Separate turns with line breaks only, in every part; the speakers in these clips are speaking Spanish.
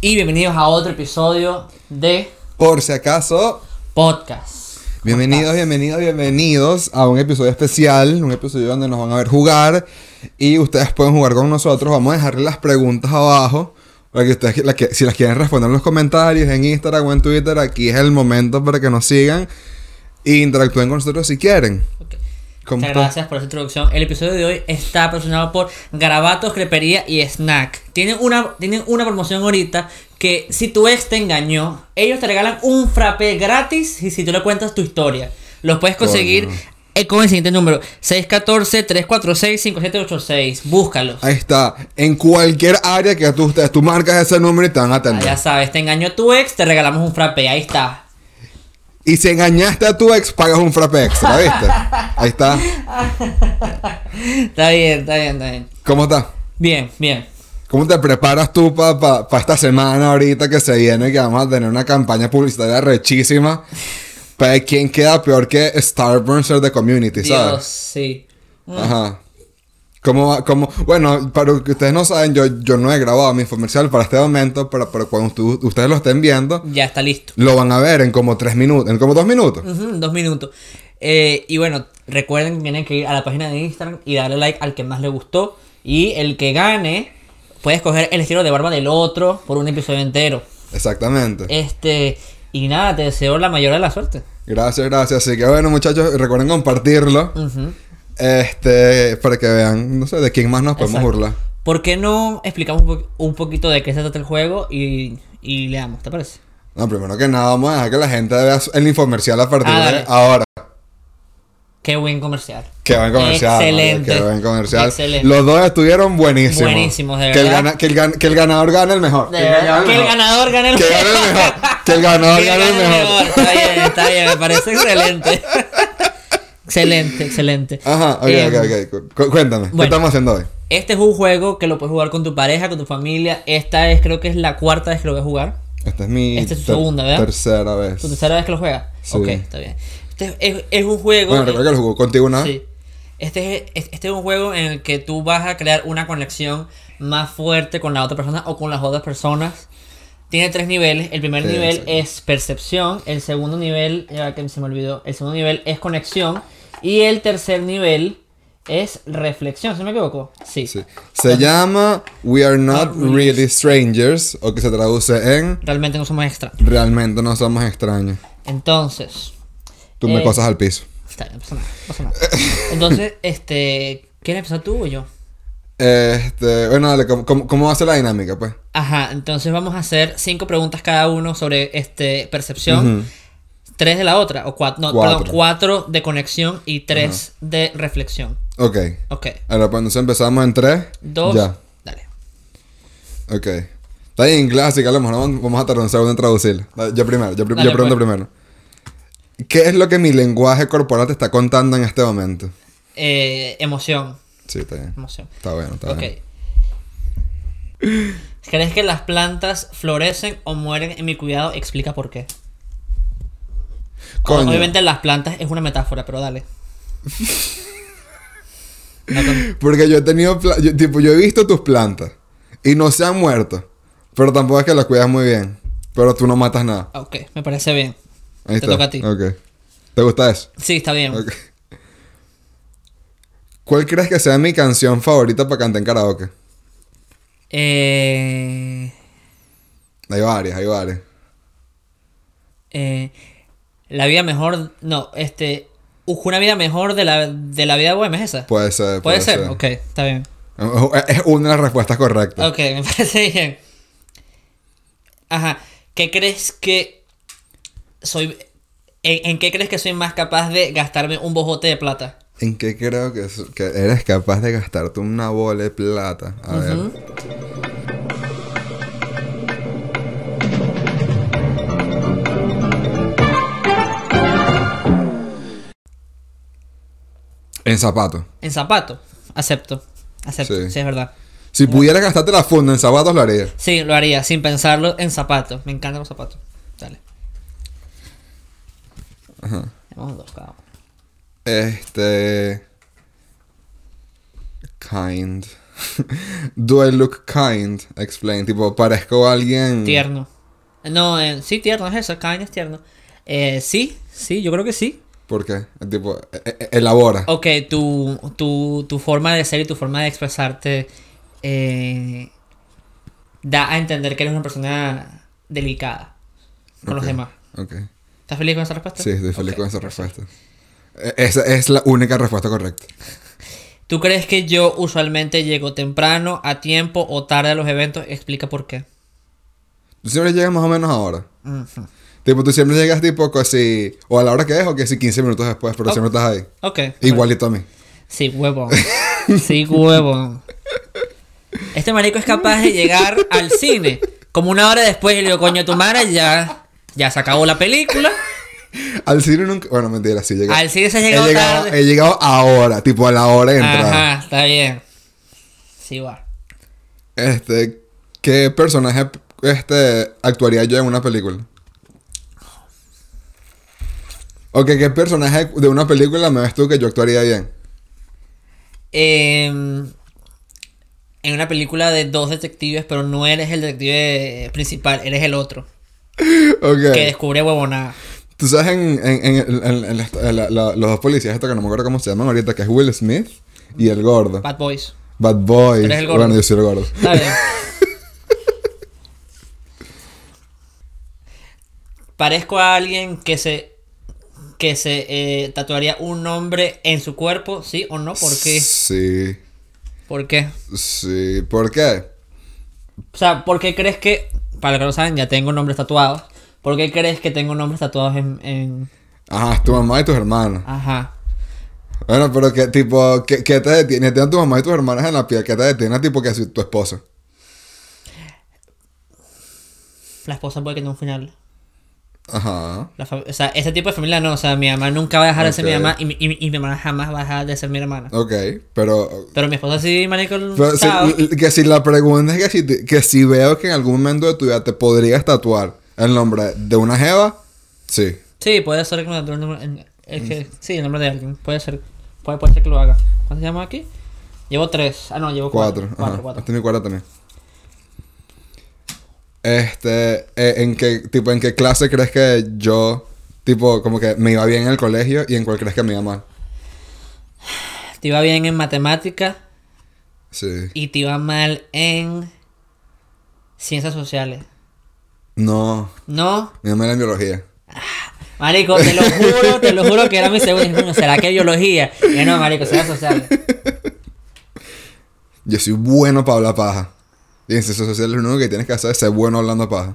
Y bienvenidos a otro episodio de
Por si acaso,
Podcast.
bienvenidos, bienvenidos, bienvenidos a un episodio especial, un episodio donde nos van a ver jugar y ustedes pueden jugar con nosotros. Vamos a dejarle las preguntas abajo para que ustedes, la que- si las quieren responder en los comentarios, en Instagram o en Twitter, aquí es el momento para que nos sigan e interactúen con nosotros si quieren.
Ok.
Con
Muchas
to-
gracias por esa introducción. El episodio de hoy está patrocinado por Garabatos, Crepería y Snack. Tienen una, tienen una promoción ahorita que si tu ex te engañó, ellos te regalan un frappé gratis y si tú le cuentas tu historia. Los puedes conseguir
Coño.
eh, con el siguiente número: 614-346-5786. Búscalos.
Ahí está. En cualquier área que tú estés, tú marcas ese número y te van a
Ah,
atender.
ya sabes, te engañó tu ex, te regalamos un frappé. Ahí está.
Y si engañaste a tu ex, pagas un frappe extra, ¿viste? Ahí está.
Está bien, está bien, está bien.
¿Cómo está?
Bien, bien.
¿Cómo te preparas tú para esta semana ahorita que se viene que vamos a tener una campaña publicitaria rechísima? Para quién queda peor que Starburns de Community,
Dios, Mm.
¿sabes?
sí.
Ajá. ¿Cómo va? ¿Cómo? Bueno, para que ustedes no saben, yo, yo no he grabado mi comercial para este momento, pero, pero cuando tú- ustedes lo estén viendo,
Ya está listo.
lo van a ver en como tres minutos, en como dos minutos.
Ujú, dos minutos. Eh, y bueno, recuerden que tienen que ir a la página de Instagram y darle like al que más le gustó. Y el que gane puede escoger el estilo de barba del otro por un episodio entero.
Exactamente.
Este, y nada, te deseo la mayor de la suerte.
Gracias, gracias. Así que bueno, muchachos, recuerden compartirlo. Este, para que vean, no sé, de quién más nos podemos
Exacto.
burlar.
¿Por qué no explicamos un, po- un poquito de qué se trata el juego y, y le damos, ¿te parece?
No, primero que nada, vamos a dejar que la gente vea su- el infomercial a partir
Ah,
de
dale.
ahora.
Qué buen comercial.
Que buen comercial. vale,
Excelente.
Que buen comercial.
Excelente.
Los dos estuvieron buenísimos.
Buenísimos, de
que el,
verdad.
gana- que, el gan- que el ganador gane el mejor.
De verdad, Que el
mejor.
ganador gane el
Que gane el mejor. Que el ganador
Que
gane el
gane el
mejor.
mejor. Está bien, está bien, me parece excelente. excelente, excelente.
Ajá, ok,
Eh,
ok, ok. Cu- cuéntame, ¿qué
bueno.
estamos haciendo hoy?
Este es un juego que lo puedes jugar con tu pareja, con tu familia. Esta es, creo que es la cuarta vez que lo voy a jugar.
Esta es mi
Esta es tu
ter-
segunda, ¿verdad?
tercera vez.
¿Tu tercera vez que lo juegas?
Sí.
Ok, está bien. Este es, es un juego.
Bueno, recuerda que lo jugó contigo una vez.
Sí. Este es, es- este es un juego en el que tú vas a crear una conexión más fuerte con la otra persona o con las otras personas. Tiene tres niveles. El primer
Sí,
nivel
exacto.
es percepción. El segundo nivel, ya que se me olvidó, el segundo nivel es conexión. Y el tercer nivel es reflexión, ¿se me equivoco? Sí.
Sí. Se llama We Are
Ah,
Not Really Strangers, o que se traduce en
Realmente no somos extra.
Realmente no somos extraños.
Entonces,
Tú me
Eh.
cosas al piso.
está bien, no pasa nada, no pasa nada. Entonces, este, ¿quieres empezar tú o yo?
Este, bueno, dale, ¿cómo, cómo, cómo va a ser la dinámica, pues?
Ajá, entonces vamos a hacer cinco preguntas cada uno sobre este percepción, tres de la otra, o cuatro, no,
Cuatro.
perdón, cuatro de conexión y tres de reflexión.
Ok.
Ok,
Ahora, pues entonces empezamos en 3.
dos,
Ya.
dale.
Ok. Está bien en clásica, a lo mejor vamos- vamos a tardar un segundo en traducirla. Dale, Yo primero, yo, pri-
Dale,
yo pregunto
pues.
primero. ¿Qué es lo que mi lenguaje corporal te está contando en este momento?
Eh, emoción,
Sí, está bien.
emoción.
Está bueno, está
Ok.
bien.
¿Crees que las plantas florecen o mueren en mi cuidado? Explica por qué.
Coño.
Obviamente las plantas es una metáfora, pero dale. No con-
Porque yo he tenido, pla- yo- tipo, yo he visto tus plantas y no se han muerto. Pero tampoco es que las cuidas muy bien. Pero tú no matas nada.
ok, me parece bien.
Ahí
Te
está.
toca a ti.
Ok. ¿Te gusta eso?
Sí, está bien.
Ok. ¿Cuál crees que sea mi canción favorita para cantar en karaoke?
Eh,
Hay varias, hay varias.
eh, la vida mejor. No, este. Una vida mejor de la, de la vida bohemia es esa.
Puede ser.
Puede ser. Ok, está bien.
Es- Es una de las respuestas correctas.
Ok, me parece bien. Ajá. ¿Qué crees que soy. En, en qué crees que soy más capaz de gastarme un bojote de plata?
¿En qué creo que, es- que eres capaz de gastarte una bola de plata? A ver. En zapatos.
En zapatos. Acepto. Acepto. Sí,
Sí.
es verdad.
Si pudieras gastarte la funda en zapatos, lo haría.
Sí, lo haría, sin pensarlo, en zapatos. Me encantan los zapatos. Dale. los dos, cada uno.
Este. Kind. Do I look kind? Explain. Tipo, parezco alguien.
Tierno. No, eh, sí, tierno es eso, kind es tierno. Eh, sí, sí, yo creo que sí.
¿Por qué? Tipo, e- e- elabora.
Ok, tu, tu, tu forma de ser y tu forma de expresarte eh, da a entender que eres una persona delicada con los
Ok,
demás.
Ok.
¿Estás feliz con esa respuesta?
Sí, estoy feliz
Ok.
con esa respuesta. E- Esa es la única respuesta correcta.
¿Tú crees que yo usualmente llego temprano, a tiempo o tarde a los eventos? Explica por qué.
Tú siempre llegas más o menos ahora.
Ujú.
Tipo, tú siempre llegas tipo casi... O a la hora que es o que si 15 minutos después, pero
Ok.
siempre estás ahí.
Ok.
Igualito a mí.
Sí, huevón. Sí, huevón. Este marico es capaz de llegar al cine como una hora después y le digo, coño, tu madre ya, ya se acabó la película.
Al cine nunca... Bueno, mentira, sí llegué.
Al cine se ha
He
llegado
llegado,
tarde.
he llegado ahora, tipo a la hora de entrada.
Ajá, está bien. Sí, va.
Este... ¿Qué personaje este, actuaría yo en una película? Ok, ¿qué personaje de una película me ves tú que yo actuaría bien?
Eh, en una película de dos detectives, pero no eres el detective principal, eres el otro.
Ok.
Que descubre huevonada.
Tú sabes en, en- en el- en- en la- en la- la- los dos policías, esto que no me acuerdo cómo se llaman ahorita, que es Will Smith y el gordo.
Bad Boys.
Bad Boy.
Tú eres el gordo.
Bueno, yo soy el gordo.
Está bien. Parezco a alguien que se que se eh, tatuaría un nombre en su cuerpo, ¿sí o no? ¿Por qué?
Sí.
¿Por qué?
Sí. ¿Por qué?
O sea, ¿por qué crees que para los que no saben, ya tengo nombres tatuados? ¿Por qué crees que tengo nombres tatuados en, en...
Ajá, es tu mamá y tus hermanos.
ajá?
Bueno, pero que tipo, ¿qué, qué te detiene? Tienen tu mamá y tus hermanas en la piel, ¿qué te detiene tipo que si tu esposa?
La esposa puede que tenga un final.
Ajá.
La fa- o sea, ese tipo de familia no, o sea, mi mamá nunca va a dejar de ser mi
Ok.
mamá y mi, y mi- y mi hermana jamás va a dejar de ser mi hermana.
Ok, pero...
Pero mi esposa sí, marico,
pero si-
chao.
que si la pregunta es que si, te- que si veo que en algún momento de tu vida te podrías tatuar el nombre de una jeva, sí.
Sí, puede ser que me tatúe el nombre. en- es
Mm.
que- sí, el nombre de alguien. Puede ser. Puede, puede ser que lo haga. ¿Cuántos llevamos aquí? Llevo tres. Ah, no, llevo cuatro.
Cuatro.
Cuatro,
Ajá.
cuatro.
Este es mi cuarta también. Este, eh, ¿en qué, tipo, en qué clase crees que yo, tipo, como que me iba bien en el colegio y en cuál crees que me iba mal?
Te iba bien en matemáticas
Sí.
y te iba mal en ciencias sociales.
No,
No,
me iba mal en biología.
marico, te lo juro, te lo juro que era mi segundo. Coño, ¿Será que biología? Y no, marico, ciencias sociales.
Yo soy bueno para hablar paja. Y en ciencias sociales lo único que tienes que hacer es ser bueno hablando paja.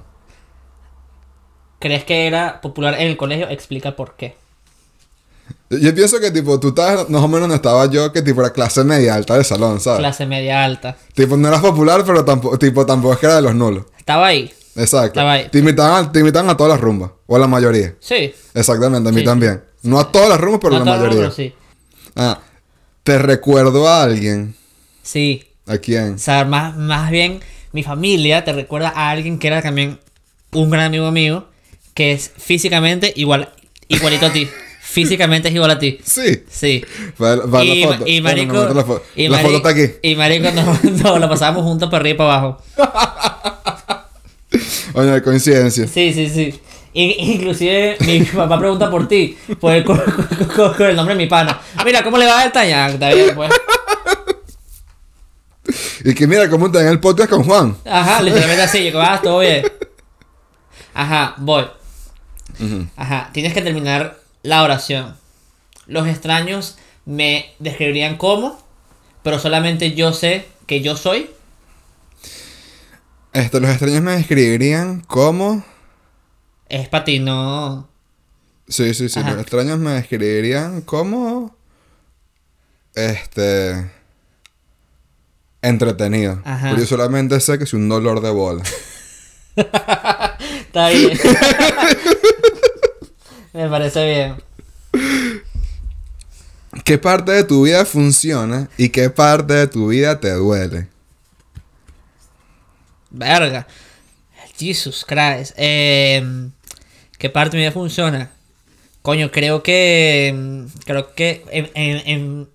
¿Crees que era popular en el colegio? Explica por qué.
Yo, yo pienso que, tipo, tú estabas más o menos donde estaba yo, que, tipo, era clase media alta del salón, ¿sabes?
Clase media alta.
Tipo, no eras popular, pero tampoco, tipo, tampoco es que era de los nulos.
Estaba ahí.
Exacto.
Estaba ahí.
Te invitaban, a- te invitaban a todas las rumbas, o a la mayoría.
Sí.
Exactamente, a mí
Sí,
también. No a todas las rumbas, pero
No
la
todo el mundo, pero
mayoría.
sí.
Ah, te recuerdo a alguien.
Sí.
¿A quién?
O sea, más, más bien mi familia te recuerda a alguien que era también un gran amigo mío, que es físicamente igual, igualito a ti. físicamente es igual a ti.
Sí.
Sí.
Va, va
y,
la
ma-
foto.
y
Bueno,
marico,
me muestra la foto.
y
la
mari-
foto está aquí.
Y marico, no, no, lo pasábamos juntos para arriba y para abajo.
Oye, coincidencia.
Sí, sí, sí. Y- inclusive mi papá pregunta por ti, por el, con, con- con- con el nombre de mi pana. Mira, ¿cómo le va a dar taña? Está bien, pues.
Y que mira cómo está en el podcast con Juan.
Ajá, literalmente así, yo que vas, todo bien. Ajá, voy.
Ujú.
Ajá, tienes que terminar la oración. Los extraños me describirían como, pero solamente yo sé que yo soy.
Este, los extraños me describirían como.
Es para ti, no.
Sí, sí, sí.
Ajá.
Los extraños me describirían como. Este. Entretenido.
Ajá.
Pero yo solamente sé que es un dolor de bola.
Está bien. me parece bien.
¿Qué parte de tu vida funciona y qué parte de tu vida te duele?
Verga. Jesus Christ. Eh, ¿Qué parte de mi vida funciona? Coño, creo que. mm, Creo que en, en, en,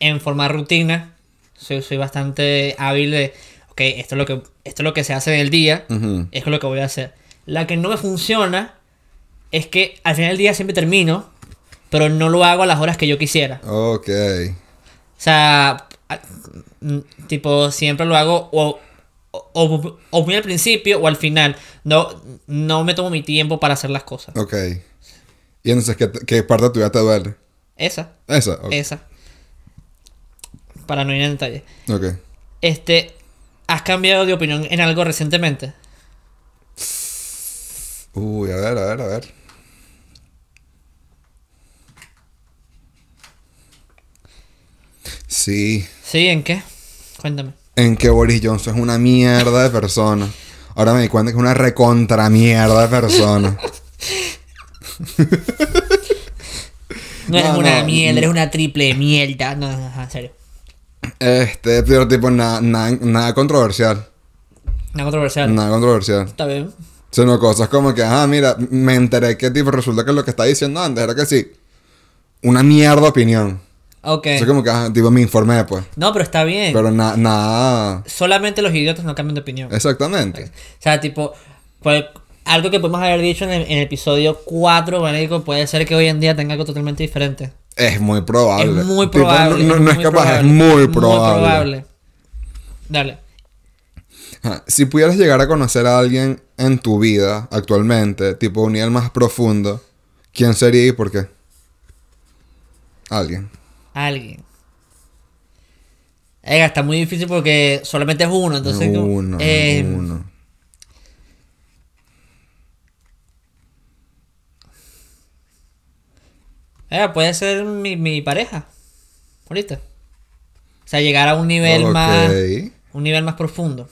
en forma rutina soy, soy bastante hábil de. Ok, esto es, lo que, esto es lo que se hace en el día.
Ujú.
Esto es lo que voy a hacer. La que no me funciona es que al final del día siempre termino, pero no lo hago a las horas que yo quisiera.
Ok.
O sea, a- mm, tipo, siempre lo hago o, o, o- o muy al principio o al final. No, no me tomo mi tiempo para hacer las cosas.
Ok. Y entonces, ¿qué, te- qué parte de tu vida te duele?
Esa,
Esa. Ok.
esa. Para no ir en detalle.
Ok.
Este, ¿has cambiado de opinión en algo recientemente?
Uy, a ver, a ver, a ver. Sí.
Sí, ¿en qué? Cuéntame.
En que Boris Johnson es una mierda de persona. Ahora me di cuenta que es una recontra mierda de persona.
No eres
No,
una
no,
miel, eres una triple mierda. No, no, no, en serio.
Este, pero tipo, nada, nada, nada controversial.
Una controversial.
Nada controversial.
Está bien.
Sino cosas como que, ah, mira, me enteré que tipo resulta que lo que está diciendo antes era que sí. Una mierda opinión.
Ok.
Eso como que, ah, tipo, me informé, pues.
No, pero está bien.
Pero na- nada.
Solamente los idiotas no cambian de opinión.
Exactamente.
O sea, tipo, pues, algo que podemos haber dicho en el, en el episodio 4, marico, puede ser que hoy en día tenga algo totalmente diferente.
Es muy probable.
Es muy
Tipo,
probable.
no no- no es
muy
capaz,
probable,
es muy probable.
Muy probable. Dale.
Ajá. Si pudieras llegar a conocer a alguien en tu vida actualmente, tipo un nivel más profundo, ¿quién sería y por qué? Alguien.
Alguien. Venga, está muy difícil porque solamente es uno, entonces... como-
uno,
eh,
uno.
venga, puede ser mi, mi pareja. Ahorita. O sea, llegar a un nivel
Ok.
más...
Está
Un nivel más profundo.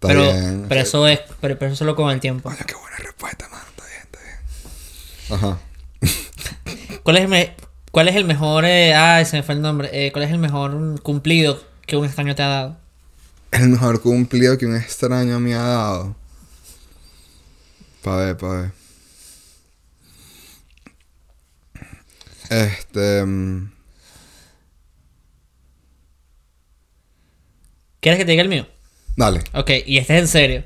pero,
bien.
pero eso es... Pero, pero eso solo con el tiempo.
Coño, qué buena respuesta, mano. Está bien, está bien. Ajá.
¿Cuál es, el me- ¿Cuál es el mejor... eh, ay, se me fue el nombre. Eh, ¿Cuál es el mejor mm, cumplido que un extraño te ha dado?
El mejor cumplido que un extraño me ha dado. Pa' ver, pa' ver. Este. mm,
¿Quieres que te diga el mío?
Dale.
Ok, y este es en serio.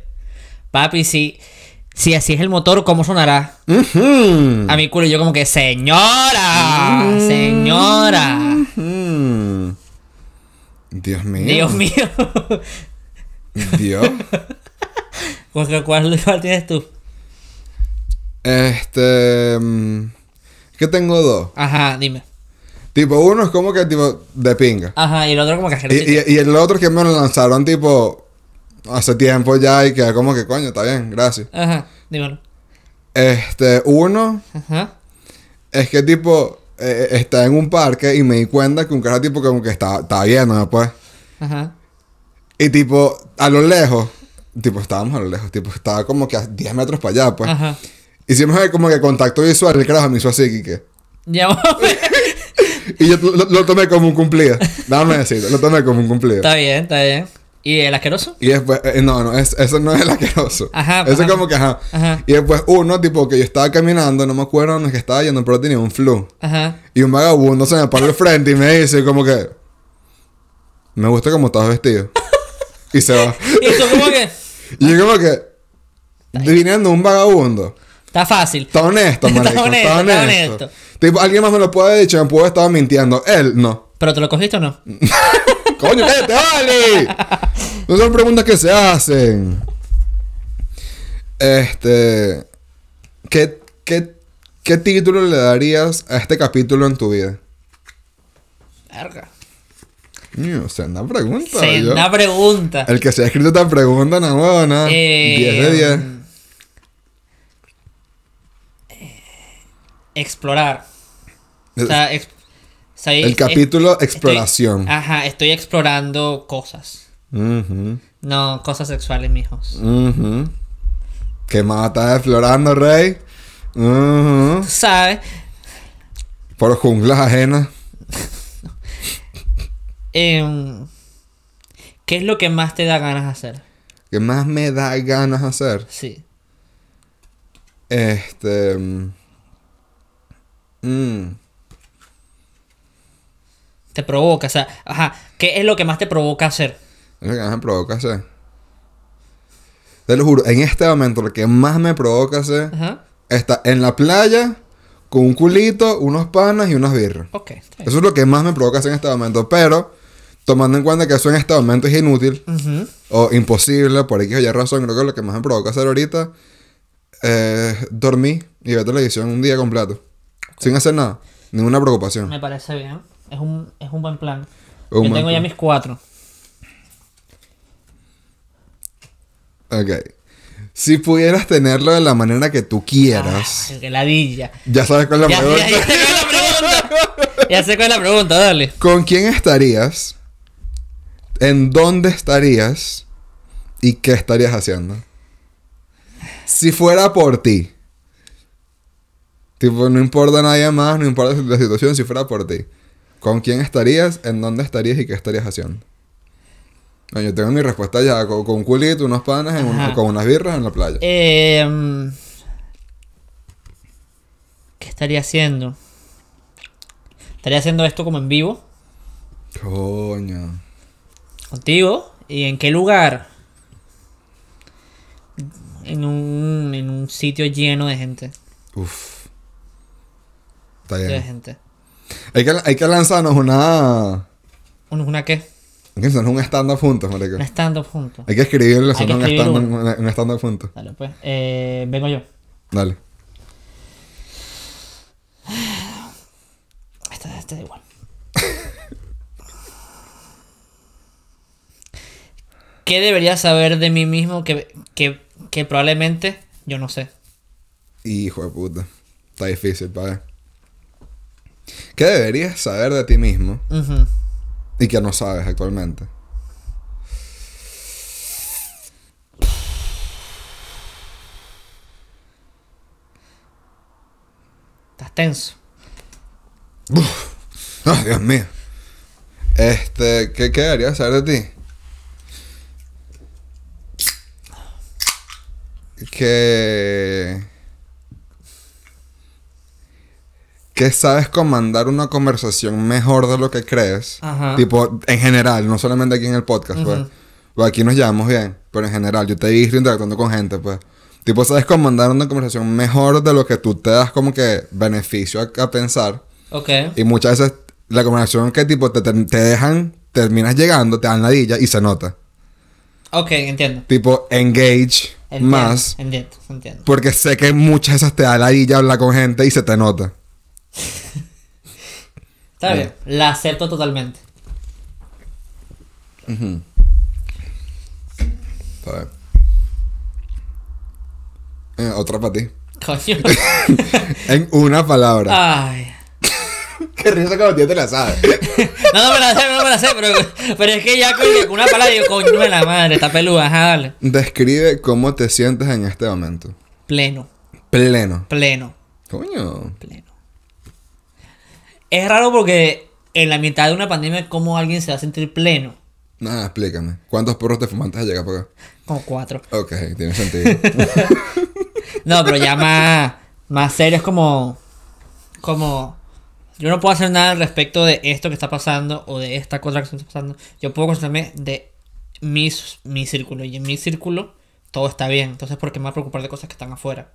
Papi, si, si así es el motor, ¿cómo sonará?
Ujú.
A mi culo, y yo como que, señora, señora,
Mm. Dios mío.
Dios mío.
Dios.
¿Cuál, cuál, cuál tienes tú?
Este. mm, Que tengo dos.
Ajá, dime.
Tipo, uno es como que tipo de pinga.
Ajá, y el otro como que
Y, y- y el otro es que me lo lanzaron tipo hace tiempo ya y que como que coño, está bien, gracias.
Ajá, dímelo.
Este, uno
Ajá.
es que tipo eh, está en un parque y me di cuenta que un cara tipo como que está, está viéndome pues.
Ajá.
Y tipo, a lo lejos, tipo estábamos a lo lejos, tipo estaba como que a 10 metros para allá pues.
Ajá.
Hicimos ahí como que contacto visual, el carajo me hizo así, Kike.
Llámame.
Y yo lo, lo tomé como un cumplido. Dame decirlo, lo tomé como un cumplido.
está bien, está bien. ¿Y el asqueroso?
Y después, eh, no, no, es- eso no es el asqueroso.
Ajá,
Eso
ajá.
es como que, ajá.
Ajá.
Y después uno, tipo, que yo estaba caminando, no me acuerdo dónde es que estaba yendo, pero tenía un flu.
Ajá.
Y un vagabundo se me paró al frente y me dice como que... Me gusta cómo estás vestido. y se va.
Y tú como que,
Y yo como que... Viniendo un vagabundo.
está fácil.
Está honesto,
Está
marico. Está honesto,
honesto, está honesto.
Tipo, alguien más me lo puede haber dicho, me pudo haber estado mintiendo. Él, no.
¿Pero te lo cogiste o no?
Mm. ¡Coño, cállate, vale! No son preguntas que se hacen. Este. ¿qué, qué, qué título le darías a este capítulo en tu vida?
Verga.
Mío, senda pregunta. yo.
Senda pregunta.
El que se ha escrito esta pregunta, no, huevona.
Eh,
10 de 10.
eh, Explorar. O sea, ex- o sea,
El
es-
capítulo
estoy-
exploración.
ajá, estoy explorando cosas.
Ujú,
No, cosas sexuales, mijos.
Mm. ujú. ¿Qué más estás explorando, Rey? Ujú.
Tú sabes.
Por junglas ajenas.
em, ¿Qué es lo que más te da ganas de hacer?
¿Qué más me da ganas hacer?
Sí.
Este. mm, Mm.
Te provoca, o sea, ajá, ¿qué es lo que más te provoca hacer?
Es lo que más me provoca hacer. Te lo juro, en este momento lo que más me provoca hacer
Ajá.
está en la playa con un culito, unos panas y unas birras.
Ok, está bien.
Eso es lo que más me provoca hacer en este momento. Pero, tomando en cuenta que eso en este momento es inútil
Ujú.
o imposible, por X o Y razón, creo que lo que más me provoca hacer ahorita es dormir y ver televisión un día completo. Sin hacer nada. Ninguna preocupación.
Me parece bien. Es un, es un buen plan.
Es un
Yo
buen
tengo ya
plan.
mis cuatro.
Ok. Si pudieras tenerlo de la manera que tú quieras,
Ah, qué ladilla.
ya sabes cuál es la
Ya, ya,
pregunta.
ya sé cuál es la pregunta. Ya sé cuál es la pregunta, dale.
¿Con quién estarías? ¿En dónde estarías? ¿Y qué estarías haciendo? Si fuera por ti. Tipo, no importa nadie más, no importa la situación, si fuera por ti. ¿Con quién estarías? ¿En dónde estarías y qué estarías haciendo? No, yo tengo mi respuesta ya, con, con un culito, unos panas, en un-
Ajá.
con unas birras en la playa.
Eh, mm, ¿Qué estaría haciendo? Estaría haciendo esto como en vivo,
Coño.
contigo. ¿Y en qué lugar? En un, en un sitio lleno de gente.
Uf. Está
De
bien.
gente.
Hay que, hay que lanzarnos una...
¿Una, una qué?
Hay que lanzarnos un stand-up juntos, marico.
Un stand-up junto.
Hay que escribirle
Hay que
solo un
escribir
stand-up un stand-up juntos.
Dale, pues. Eh, vengo yo.
Dale.
Esta, esta Este, da igual. ¿Qué debería saber de mí mismo que, que, que probablemente yo no sé?
Hijo de puta. Está difícil, padre. ¿Qué deberías saber de ti mismo
Ujú.
y que no sabes actualmente?
Estás tenso.
¡Ah, Dios mío! Este, ¿qué, qué deberías saber de ti? Que... Que sabes comandar una conversación mejor de lo que crees.
Ajá.
Tipo, en general, no solamente aquí en el podcast, pues. Pues aquí nos llevamos bien, pero en general, yo te he visto interactuando con gente, pues. Tipo, sabes comandar una conversación mejor de lo que tú te das como que beneficio a, a pensar.
Ok.
Y muchas veces la conversación que tipo te, te- te dejan, terminas llegando, te dan ladilla y se nota.
Ok, entiendo.
Tipo, engage
Entiendo,
más.
Entiendo, entiendo.
Porque sé que muchas veces te da ladilla hablar con gente y se te nota.
Está bien. La acepto totalmente.
Está bien. Eh, otra para ti.
Coño.
En una palabra.
Ah. Ay.
Qué risa que los tíos te la sabes.
No, no me la sé, no me la sé, pero, pero es que ya con con una palabra digo, coño de la madre, está peluda. Ajá, dale.
Describe cómo te sientes en este momento.
Pleno,
Pleno.
pleno.
Coño.
pleno. Es raro porque en la mitad de una pandemia, ¿cómo alguien se va a sentir pleno?
Nada, explícame. ¿Cuántos porros te fumaste al llegar para acá?
Como cuatro.
Ok, tiene sentido.
No, pero ya más, más serio es como. Como. Yo no puedo hacer nada al respecto de esto que está pasando o de esta cosa que está pasando. Yo puedo concentrarme de mis, mi círculo. Y en mi círculo todo está bien. Entonces, ¿por qué me voy a preocupar de cosas que están afuera?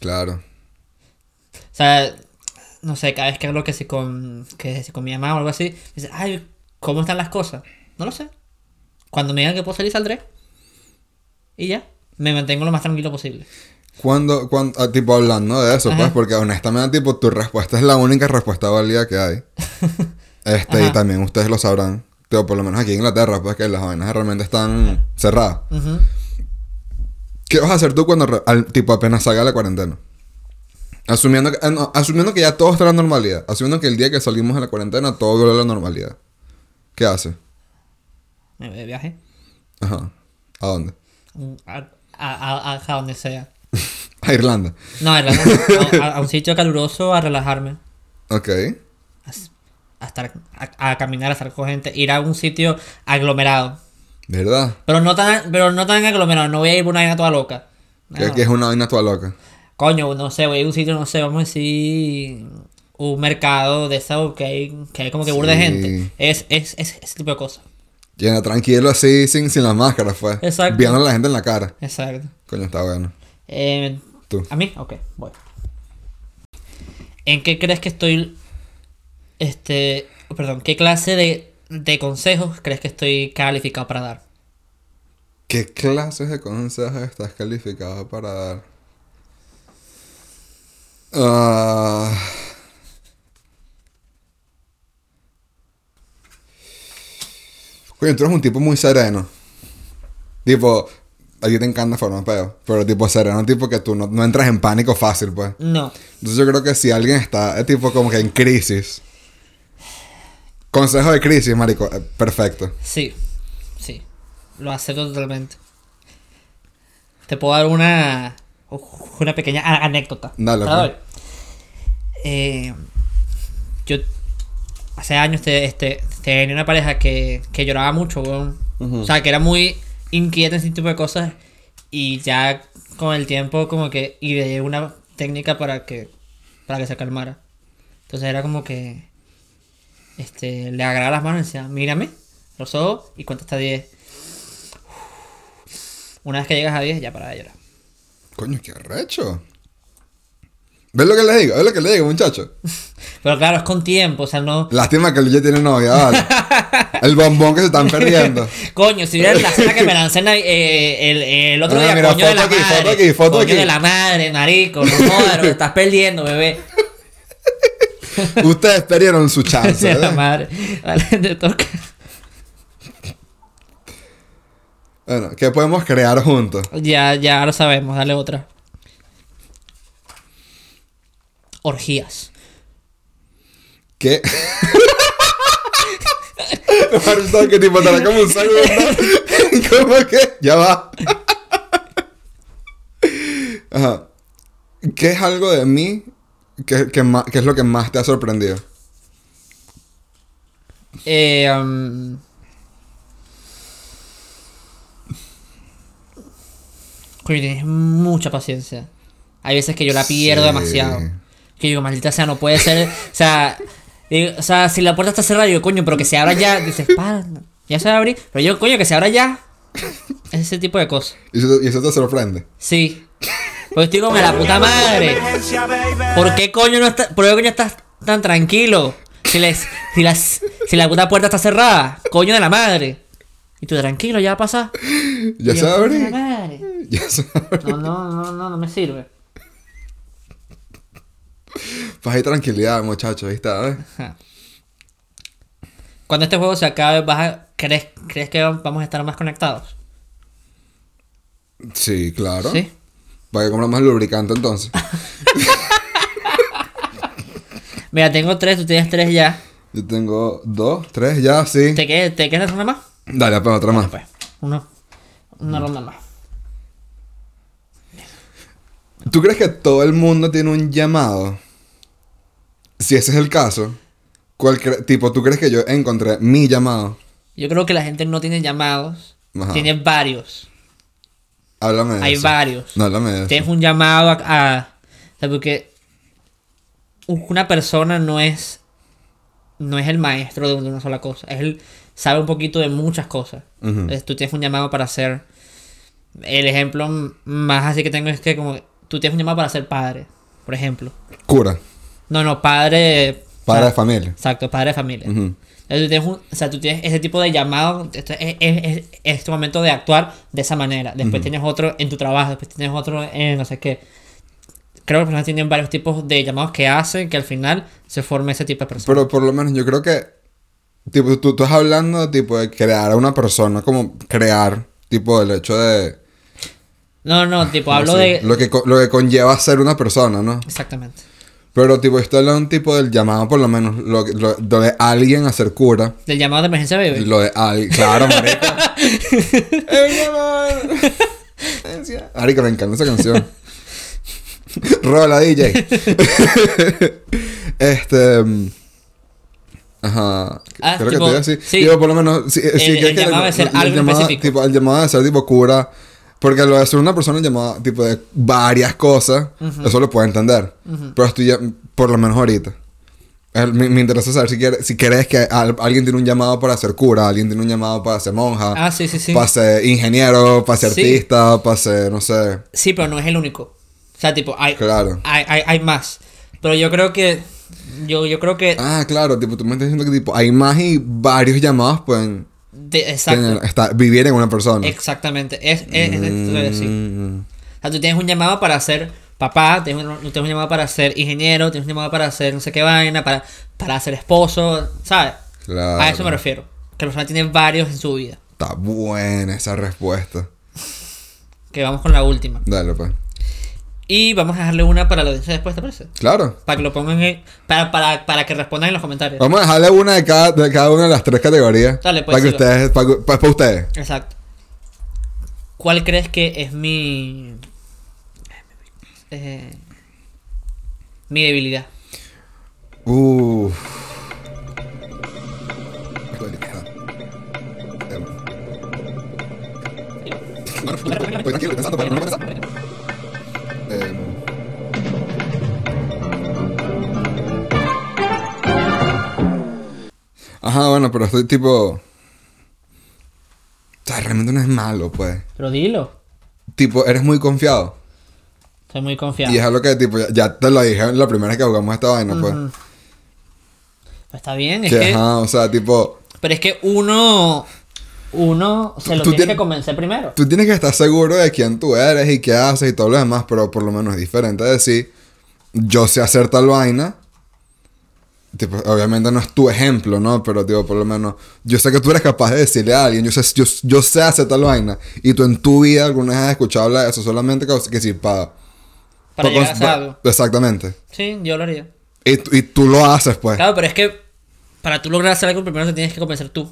claro.
O sea, no sé, cada vez que hablo que si con, que si con mi mamá o algo así, dice, ay, ¿cómo están las cosas? No lo sé. Cuando me digan que puedo salir, saldré. Y ya, me mantengo lo más tranquilo posible.
Cuando, cuando, ah, tipo hablando de eso, pues, porque honestamente, tipo, tu respuesta es la única respuesta válida que hay. Este, y también ustedes lo sabrán. Tipo, por lo menos aquí en Inglaterra, pues, que las vainas realmente están cerradas.
Ujú.
¿Qué vas a hacer tú cuando, re- al- tipo, apenas salga la cuarentena? Asumiendo que, ah, no, asumiendo que ya todo está en la normalidad. Asumiendo que el día que salimos de la cuarentena todo vuelve a la normalidad. ¿Qué haces?
Me voy de viaje.
Ajá. ¿A dónde?
un- A, a, a- a- a donde sea.
A Irlanda.
No, a, Irlanda, no, a, a un sitio caluroso a relajarme.
Ok.
A, s- a estar, a, a caminar, a estar con gente. Ir a un sitio aglomerado.
¿Verdad?
Pero no tan, pero no tan aglomerado. No voy a ir por una vaina toda loca.
Que,
No.
que es una vaina toda loca.
Coño, no sé, voy a un sitio, no sé, vamos a decir. Un mercado de esa que hay, que hay como que burda de
Sí.
gente. Es, es, es ese tipo de cosas.
Llena tranquilo así, sin, sin las máscaras, fue.
Exacto.
Viendo a la gente en la cara.
Exacto.
Coño, está bueno.
Eh,
Tú.
¿A mí? Ok, voy. ¿En qué crees que estoy. Este. Perdón, ¿qué clase de, de consejos crees que estoy calificado para dar?
¿Qué clases de consejos estás calificado para dar? Ah. Coño, tú eres un tipo muy sereno. Tipo, a ti te encanta formar peo, pero tipo sereno, tipo que tú no, no entras en pánico fácil, pues.
No.
Entonces yo creo que si alguien está, eh, tipo, como que en crisis. Consejo de crisis, marico. eh, perfecto.
Sí, sí. Lo acepto totalmente. Te puedo dar una. Una pequeña a- anécdota.
Dale,
Te la
pues.
doy. Eh, yo hace años te- este, tenía una pareja que, que lloraba mucho, weón. O sea, que era muy inquieta en ese tipo de cosas. Y ya con el tiempo, como que ideé una técnica para que, para que se calmara. Entonces era como que este, le agarraba las manos y decía, mírame, los ojos y cuenta hasta 10. Una vez que llegas a 10, ya para de llorar.
Coño, qué arrecho. ¿Ves lo que le digo? ¿Ves lo que le digo, muchacho?
Pero claro, es con tiempo, o sea, no.
Lástima que Luis ya tiene novia, vale. El bombón que se están perdiendo.
Coño, si vieran la cena que me lancé en la- eh, el, el otro
Ah,
día,
mira,
coño de
foto
la
aquí,
madre.
foto aquí, foto
coño
aquí.
de la madre, marico, no jodas, lo estás perdiendo, bebé.
Ustedes perdieron su
Coño
chance.
de la
¿eh?
madre. Dale, te toca.
Bueno, ¿qué podemos crear juntos?
Ya, ya lo sabemos, dale otra. Orgías.
¿Qué? Marta, que tipo estará como un saco. ¿no? ¿Cómo que? Ya va. Ajá. ¿Qué es algo de mí que, que, ma- que es lo que más te ha sorprendido?
Eh, um, coño, tienes mucha paciencia. Hay veces que yo la pierdo
Sí.
demasiado. Que yo digo, maldita sea, no puede ser. O sea, digo, o sea, si la puerta está cerrada, yo digo, coño, pero que se abra ya. Dices, "Pa, ya se va a abrir. Pero yo, coño, que se abra ya. Ese tipo de cosas.
Y eso, y eso te sorprende.
Sí. Porque estoy como de la puta madre.
Emergencia, baby.
¿Por qué coño no está, por qué coño estás tan tranquilo? Si, les, si, las, si la puta puerta está cerrada, coño de la madre. Y tú tranquilo, ya va a pasar.
Ya
Y
se
yo, coño de
abre.
la madre.
Ya se abre.
No, no, no, no, no me sirve.
Paz y tranquilidad, muchachos, ahí está, ¿eh?
Ajá. Cuando este juego se acabe, vas a- ¿crees, ¿crees que vamos a estar más conectados?
Sí, claro.
Sí.
Para que comprar más lubricante entonces.
Mira, tengo tres, tú tienes tres ya.
Yo tengo dos, tres, ya, sí.
¿Te quedas, te quedas una más?
Dale, pues otra más.
Pues, uno. Una ronda más.
¿Tú crees que todo el mundo tiene un llamado? Si ese es el caso, ¿cuál cre- tipo, ¿tú crees que yo encontré mi llamado?
Yo creo que la gente no tiene llamados.
Ajá.
Tiene varios.
Háblame de
Hay
eso.
varios.
No, háblame de eso.
Tienes un llamado a, a- o sea, porque u- una persona no es no es el maestro de una sola cosa es el sabe un poquito de muchas cosas
Ujú.
Entonces, tú tienes un llamado para ser el ejemplo m- más así que tengo es que como tú tienes un llamado para ser padre por ejemplo
Cura.
no no padre
Padre
o sea,
de familia.
exacto padre de familia
Ujú.
Entonces, tú tienes un- o sea, tú tienes ese tipo de llamado, esto es, es- es- es tu momento de actuar de esa manera. Después tienes otro en tu trabajo, después tienes otro en no sé qué. Creo que las personas tienen varios tipos de llamados que hacen que al final se forme ese tipo de persona.
Pero por lo menos yo creo que. Tipo, tú, tú estás hablando tipo, de crear a una persona, como crear, tipo, el hecho de.
No, no, tipo, hablo
Ah, Sí,
de...
Lo que, co- lo que conlleva ser una persona, ¿no?
Exactamente.
Pero, tipo, esto es un tipo del llamado, por lo menos, lo, lo- lo de alguien a ser cura.
Del llamado de emergencia, baby.
Lo de alguien... Claro, marica. Eh, El llamado. Marica, me encanta esa canción. Rola, DJ. este... mm, Ajá.
Ah, tipo,
Creo que te digo así.
sí.
Digo, por lo menos... sí, eh, sí,
El-
creo
el
que
llamado de ser algo
llamado,
específico.
Tipo, el llamado de ser, tipo, cura Porque lo de ser una persona llamada, tipo, de varias cosas, eso lo puedo entender. Pero estoy, ya- por lo menos ahorita. El- me, me interesa saber si, quiere- si crees que al- alguien tiene un llamado para ser cura, alguien tiene un llamado para ser monja,
Ah, sí, sí, sí.
para ser ingeniero, para ser
Sí.
artista, para ser, no sé.
Sí, pero no es el único. O sea, tipo, hay,
Claro.
hay, hay, hay más. Pero yo creo que. Yo, yo creo que.
Ah, claro, tipo, tú me estás diciendo que tipo, hay más y varios llamados pueden
de- exacto.
tener, estar- vivir en una persona.
Exactamente. Es, es, es- es- sí.
Mm.
O sea, tú tienes un llamado para ser papá, tienes un, tienes un llamado para ser ingeniero, tienes un llamado para ser no sé qué vaina, para, para ser esposo, ¿sabes?
Claro.
A eso me refiero. Que la persona tiene varios en su vida.
Está buena esa respuesta.
Que vamos con la última.
Dale, pues.
Y vamos a dejarle una para la audiencia después, ¿te parece?
Claro.
Para que lo pongan en, para, para, para que respondan en los comentarios.
Vamos a dejarle una de cada, de cada una de las tres categorías.
Dale, pues,
Para que
sí,
ustedes, para, que- para- para ustedes.
Exacto. ¿Cuál crees que es mi. eh, mi debilidad?
Uff. Em. Ajá, bueno, pero estoy tipo. O sea, realmente no es malo, pues.
Pero dilo.
Tipo, eres muy confiado.
Estoy muy confiado.
Y es algo que, tipo, ya, ya te lo dije la primera vez que jugamos esta vaina, pues.
Pero Está bien, es
Que,
que.
ajá, o sea, tipo,
Pero es que uno. Uno se lo
tú
tiene
tienes-
que convencer primero.
tú tienes que estar seguro de quién tú eres y qué haces y todo lo demás, pero por lo menos es diferente decir, yo sé hacer tal vaina. Tipo, obviamente no es tu ejemplo, ¿no? Pero, tipo, por lo menos, yo sé que tú eres capaz de decirle a alguien, yo sé, yo, yo sé hacer tal vaina. Y tú en tu vida alguna vez has escuchado hablar de eso, solamente que, que sí, para...
Para llegar a hacer algo.
Exactamente.
Sí, yo lo haría.
Y, tú- y tú lo haces, pues.
Claro, pero es que. Para tú lograr hacer algo, primero te tienes que convencer tú.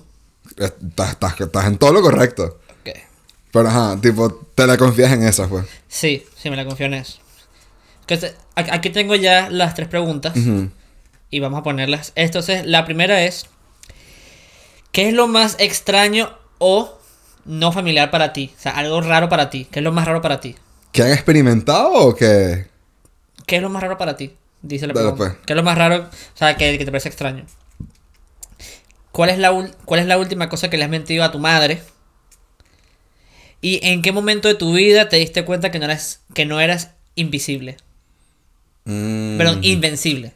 Estás, estás- estás en todo lo correcto.
Ok.
Pero ajá, tipo, te la confías en esas, pues.
Sí, sí, me la confío en eso. Que se- a- Aquí tengo ya las tres preguntas.
Hmm.
Y vamos a ponerlas. Entonces, la primera es, ¿qué es lo más extraño o no familiar para ti? O sea, algo raro para ti. ¿Qué es lo más raro para ti?
¿Que han experimentado o que
¿Qué es lo más raro para ti? Dice la
Dale,
pregunta.
pues.
¿Qué es lo más raro? O sea, que, que te parece extraño. ¿Cuál es, la ul- ¿Cuál es la última cosa que le has mentido a tu madre? ¿Y en qué momento de tu vida te diste cuenta que no eras, que no eras invisible?
Mm,
Perdón, invencible.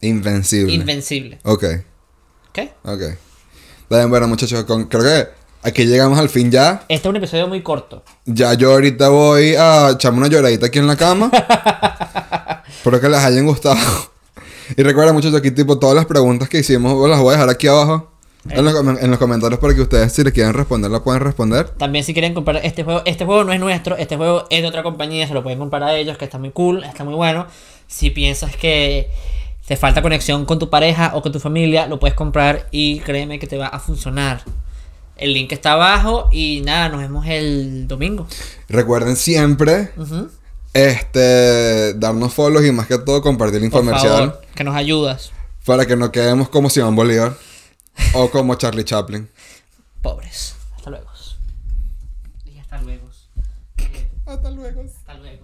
invencible?
Invencible.
ok,
¿Ok?
ok. Dale, bueno, muchachos, con- creo que aquí llegamos al fin ya.
Este es un episodio muy corto.
Ya yo ahorita voy a echarme una lloradita aquí en la cama. Espero que les hayan gustado. Y recuerda, muchachos, aquí tipo todas las preguntas que hicimos las voy a dejar aquí abajo. En los, comen- en los comentarios para que ustedes si les quieren responder, la pueden responder.
También si quieren comprar este juego, este juego no es nuestro, este juego es de otra compañía, se lo pueden comprar a ellos, que está muy cool, está muy bueno. Si piensas que te falta conexión con tu pareja o con tu familia, lo puedes comprar y créeme que te va a funcionar. El link está abajo y nada, nos vemos el domingo.
Recuerden siempre
Ujú.
este darnos follows y más que todo compartir el
Por
infomercial
favor, que nos ayudas.
para que no quedemos como Simón Bolívar o como Charlie Chaplin.
Pobres. Hasta luego. Y hasta luego. Eh,
Hasta luego.
hasta luego.